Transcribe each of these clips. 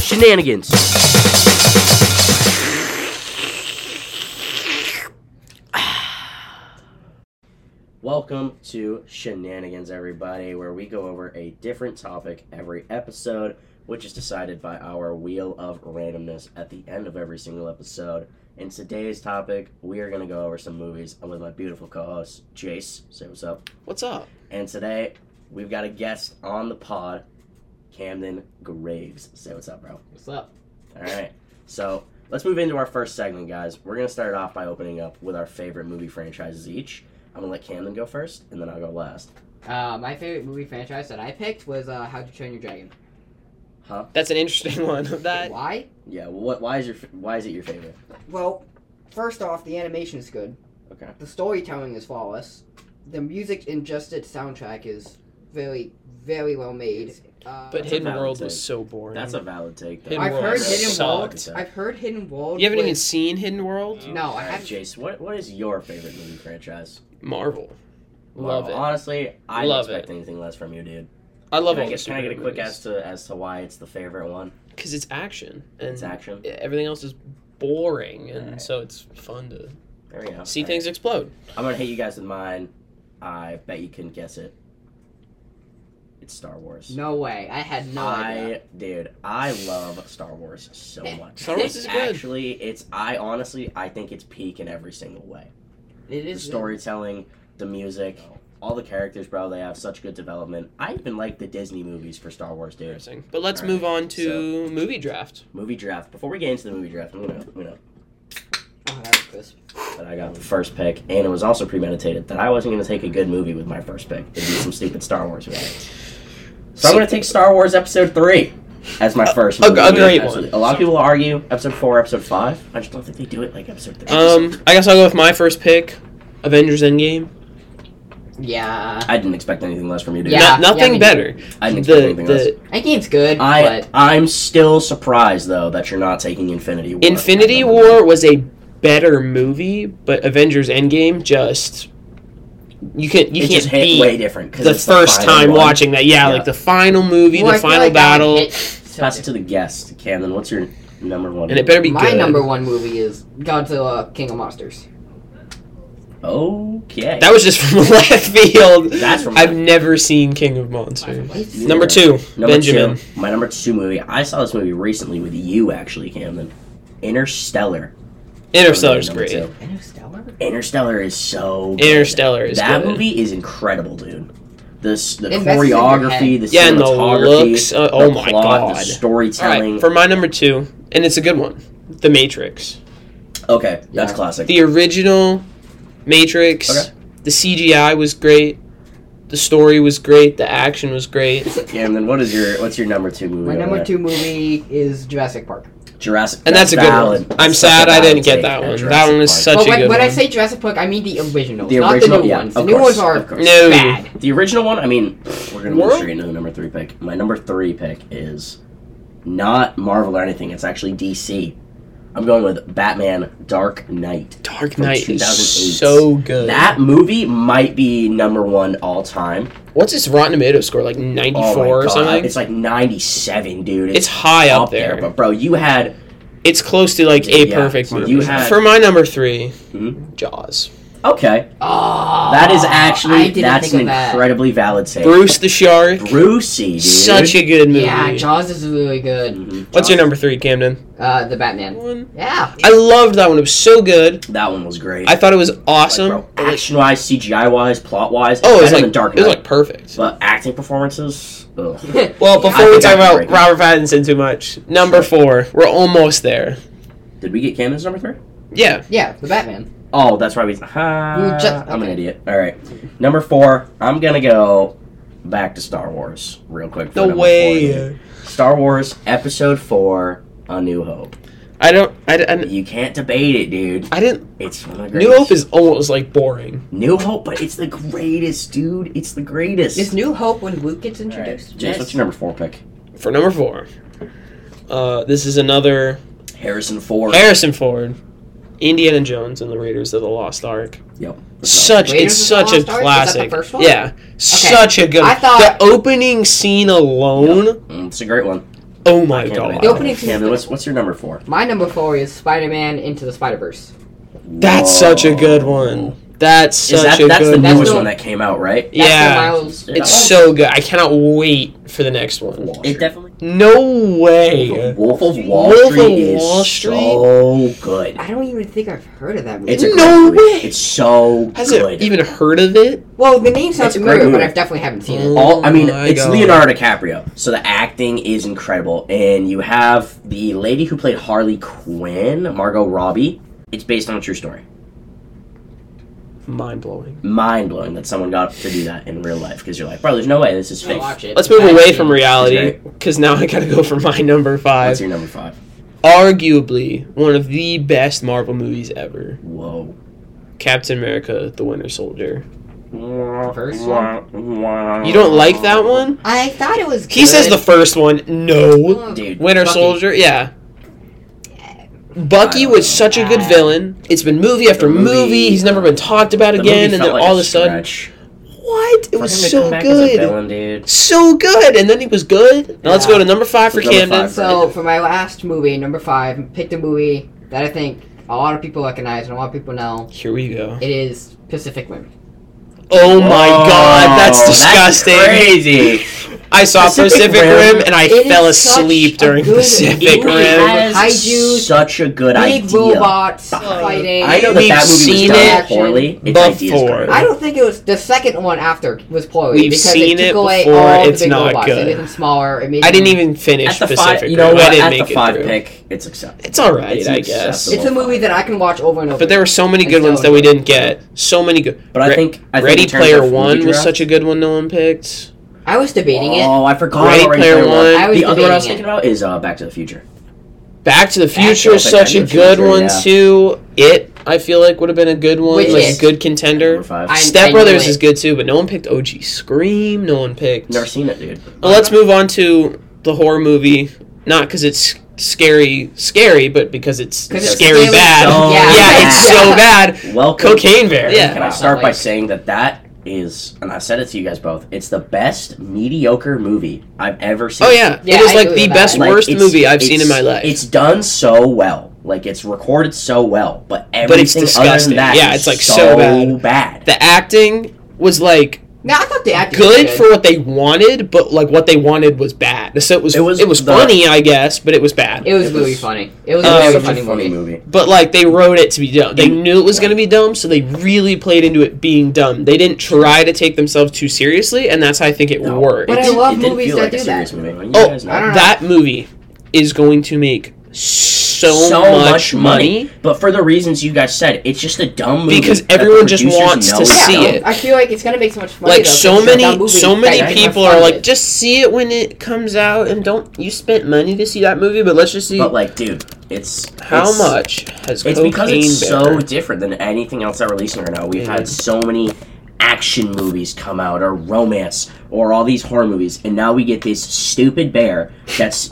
Shenanigans. Welcome to Shenanigans, everybody, where we go over a different topic every episode, which is decided by our wheel of randomness at the end of every single episode. In today's topic, we are going to go over some movies. I'm with my beautiful co host, Jace. Say what's up. What's up? And today, we've got a guest on the pod, Camden Graves. Say what's up, bro. What's up? All right. So let's move into our first segment, guys. We're gonna start off by opening up with our favorite movie franchises each. I'm gonna let Camden go first, and then I'll go last. Uh, my favorite movie franchise that I picked was uh, How to Train Your Dragon. Huh? That's an interesting one. That Why? Yeah. well, What? Why is your? f- Why is it your favorite? Well, first off, the animation is good. Okay. The storytelling is flawless. The music and just its soundtrack is very, very well made. Uh, but That's a Hidden valid World take. was so boring. That's a valid take. Though. Hidden I've World heard sucked. Hidden World. Sucked. I've heard Hidden World. You haven't even was- seen Hidden World? No, All I right, haven't. Jace, what what is your favorite movie franchise? Marvel. Love Marvel. it. Honestly, I didn't Love expect it. anything less from you, dude. I love can I all get, the can I get a quick as to as to why it's the favorite one? Because it's action and It's action. everything else is boring, and Alright. so it's fun to There we go. see All right. things explode. I'm gonna hit you guys with mine. I bet you can guess it. It's Star Wars. No way. I had no idea. I dude, I love Star Wars so much. Star Wars is good. Actually, it's I honestly I think it's peak in every single way. It The is storytelling, the music, all the characters, bro. They have such good development. I even like the Disney movies for Star Wars, dude. Interesting. But let's Alright, move on to movie draft. Movie draft. Before we get into the movie draft, I'm gonna, you know, Oh, that was crisp. that I got the first pick, and it was also premeditated that I wasn't gonna take a good movie with my first pick. It'd be some stupid Star Wars movie. So, I'm So- gonna take Star Wars Episode Three as my first. Uh, a- movie. a great Absolutely. one. A lot of people argue Episode Four, Episode Five. I just don't think they do it like Episode Three. Um, I guess I'll go with my first pick, Avengers Endgame. Yeah. I didn't expect anything less from you, dude. Yeah. Not- nothing me better. I didn't expect The anything less. the I think it's good, I but I'm still surprised though that you're not taking Infinity War. Infinity War was a better movie, but Avengers Endgame just you can you It can't just hit beat way different because the first time watching. watching that. Yeah, Yeah. like the final movie, Well, I the feel final like that would battle, hit and so Pass it to the guest, Camden. What's your number one? it better be My good. number one movie is Godzilla King of Monsters. Okay. That was just from left field. That's from I've left- never seen King of Monsters. Yeah. Number two, number Benjamin. Two, my number two movie. I saw this movie recently with you, actually, Camden. Interstellar. Interstellar's Number great. two. Interstellar? Interstellar is so. Good. Interstellar is that good. movie is incredible, dude. This the It messes with your choreography, the Yeah, and the cinematography, looks, uh, oh the plot, my the God. All storytelling. right, for my number two, and it's a good one, The Matrix. okay, that's Yeah. classic. The original Matrix. Okay. The CGI was great. The story was great. The action was great. Camden, what is your what's your number two movie? My over number there? two movie is Jurassic Park. Jurassic. And that's, a good valid. one. That's I'm such sad a I valid didn't get take, that one. Jurassic That one is Park. such but a when, good when one. I say Jurassic Park, I mean the originals, The not original- the new yeah, ones. of The new course, ones are of course. No. bad. The original one, I mean, pfft, we're gonna move World- straight into the number three pick. My number three pick is not Marvel or anything. It's actually DC. I'm going with Batman: Dark Knight. Dark from Knight 2008. is so good. That movie might be number one all time. What's his Rotten Tomato score? Like 94 Oh my or God, something? It's, It's like 97, dude. high up, there. but bro, you had It's close to like a Yeah, perfect so movie. you had- For my number 3 Mhm. Jaws. okay. Oh, That Ah, is I actually didn't that's think an of that. incredibly valid take. Bruce the Shark. Brucey, dude. Such a good movie. Yeah, Jaws is really good. Mhm. What's your number three, Camden? Uh, the Batman. One. Yeah. I loved that one. It was so good. That one was great. I thought it was awesome. action wise, CGI wise, plot wise. oh, it was better like than Dark It was Knight. like perfect. But acting performances, ugh. Well, Yeah. before we think I talk can about break it. Robert Pattinson too much, number four, we're almost there. did we get Camden's number three? Yeah, yeah, the Batman. Oh, that's right. We. We Ah, were just- I'm an okay. idiot. All right, number four. I'm gonna go back to Star Wars real quick. for no number four, dude. way. Star Wars Episode Four: A New Hope. I don't. I, I, You can't debate it, dude. I didn't. It's one of the greatest. New Hope is almost like boring. New Hope, but it's the greatest, dude. It's the greatest. Is New Hope when Luke gets All right. introduced? Jace, what's your number four pick? For number four, uh, this is another Harrison Ford. Harrison Ford, Indiana Jones and the Raiders of the Lost Ark. Yep. Such Raiders it's of the such a Lost Ark? Is that the classic. first one? Yeah, such a good. I thought- the opening scene alone. Mm, it's a great one. Oh my Can't god. wait. The opening scene- Camden, what's what's your number four? My number four is Spider Man Into the Spider Verse. That's such a good Whoa. one. That's Is such that a that's good the That's newest the- one that came out, right? Yeah. Miles. It's It's so good. I cannot wait for the next one. It definitely. No way. Wolf of Wall Wolf of Street is Wall Street? so good. I don't even think I've heard of that movie. It's a No great movie. way. It's so Has good. it even heard of it? well, the name sounds It's a great familiar, but movie. I've definitely haven't seen it. All I mean, Oh my it's God. Leonardo DiCaprio, so the acting is incredible, and you have the lady who played Harley Quinn, Margot Robbie. It's based on a true story. Mind blowing. Mind blowing that someone got to do that in real life because you're like, bro, there's no way this is I'll fake. watch it. Let's move I haven't away seen from it. reality because now I gotta go for my number What's five. your number five? Arguably one of the best Marvel movies ever Whoa. Captain America, The Winter Soldier. First one. You don't like that one? I thought it was. He says the first one. No. Dude, Winter Bucky. Soldier, yeah. I Bucky don't was know. such a good Ah. villain. It's been movie after The movie. movie- He's never been talked the about movie again, felt and then like all of a sudden, stretch. what? It For him was to come so back as a good, villain, dude. so good. And then he was good. Now let's Yeah. go to number five for Number five. Camden. So for my last movie, number five, picked a movie that I think a lot of people recognize and a lot of people know. Here we go. It is Pacific Rim. Oh my Whoa, god, that's disgusting. crazy. I saw Pacific Pacific, Rim. Rim, and I It fell is such asleep a during good Pacific movie. Rim. It Kaiju, has such a good Big idea. robots Fine. fighting. I know that We've that movie was seen done it poorly. Its idea's before. great. I don't think it was the second one after was poorly We've because seen it took it away before, all it's the big not robots. It good. made them smaller. It made I didn't them- even finish At the Pacific five, Rim. you know I what? didn't At make the five it through. pick, it's acceptable. It's all right, It's I acceptable. guess. It's a movie that I can watch over and over. But there were so many I good ones that don't we know. didn't get. So many good. But I Re- think I think Ready in terms Player of One movie was draft- such a good one. No one picked. I was debating it. Oh, I forgot. Ready about Player One. I was The other one I was thinking debating about is uh, Back to the Future. Back to the Back to Future is the such a Future, good yeah. one too. It I feel like would have been a good one, Which like is- a good contender. Number five. I- I've Step Brothers knew is it. good too, but no one picked OG Scream. No one picked. never seen it, dude. Well, let's move on to the horror movie, not because it's scary, scary, but because it's 'Cause it's scary scary. Oh, bad. So yeah, bad. it's so bad. Welcome. Cocaine Bear. Yeah. Yeah. Can I start by Like- saying that that is, and I said it to you guys both. It's the best mediocre movie I've ever seen. Oh yeah, Yeah, it is I like agree the with best that. Like, worst it's- movie I've it's- seen in my life. It's done so well. Like it's recorded so well, but everything But it's disgusting. other than that Yeah, is it's, like, so bad. the acting was like No, I thought the acting was good for what they wanted, but like what they wanted was bad. So it was It it was was, the- funny, I guess, but it was bad. It was It really was- funny. It was It a Um, was very such funny a funny movie. movie. but like they wrote it to be dumb. They It- knew it was going to be dumb, so they really played into it being dumb. They didn't try to take themselves too seriously, and that's how I think it No. worked. But I didn't- love it didn't movies feel that like a do serious that. movie. You Oh, guys know. I don't know. that movie is going to make so, So much, much money. But for the reasons you guys said, it's just a dumb movie Because that the everyone just producers wants know to is Yeah, see dumb. it. I feel like it's gonna make so much money. Like though, so because it's a dumb many, movie so many that you can people fund are it. like, just see it when it comes out, and don't you spent money to see that movie, but let's just see But like, dude, it's how it's- much has It's cocaine because it's so Bear. different than anything else that we're releasing right now. We've Yeah. had so many action movies come out, or romance, or all these horror movies, and now we get this stupid bear that's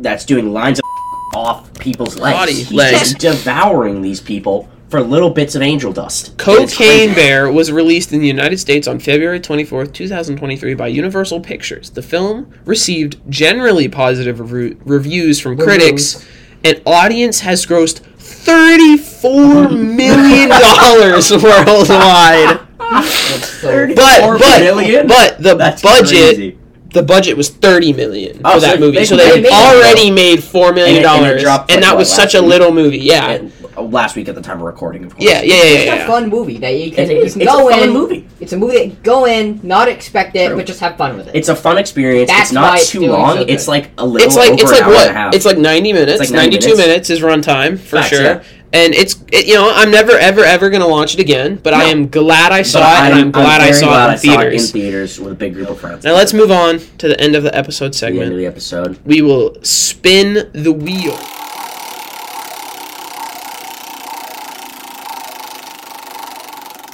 that's doing lines of off people's legs. Body He's legs. just devouring these people for little bits of angel dust. It's crazy. Cocaine Bear was released in the United States on February 24th, 2023 by Universal Pictures. The film received generally positive revu- reviews from critics and audience has grossed 34 million dollars worldwide. It's so- But 34 million? but, but the That's budget crazy. the budget was 30 million Oh, for so that they- movie. So they they made it, already made 4 million And it- and it dollars dropped, and like, that what, was last such a week? little movie. Yeah. And last week at the time of recording, of course. Yeah, yeah, yeah, yeah. It's yeah. a fun movie that you can, It is. you can It's a go fun in. movie. It's a movie that you can go in, not expect it, True. but just have fun with it. It's a fun experience. That's it's not why it's too doing so long. good. it's like a little it's like over it's an like hour and a half. what it's like 90 minutes It's like 90 92 minutes, is runtime for Facts, sure yeah. and it's it, you know i'm never ever ever gonna watch it again but i No. am glad i saw But it and i'm, glad i very saw glad it in theaters in theaters with a big group of friends. now let's move on to the end of the episode to the end of segment the episode. we will spin the wheel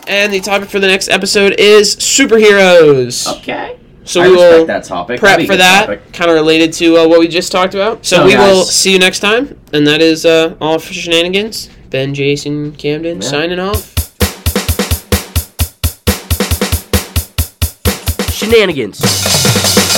and the topic for the next episode is superheroes Okay. so Oh, I we respect will that topic. prep That'd be for a good that, topic. kind of related to uh, what we just talked about. So So, we will guys- see you next time, and that is uh, all for shenanigans. Ben, Jason, Camden, Yeah. signing off. Shenanigans.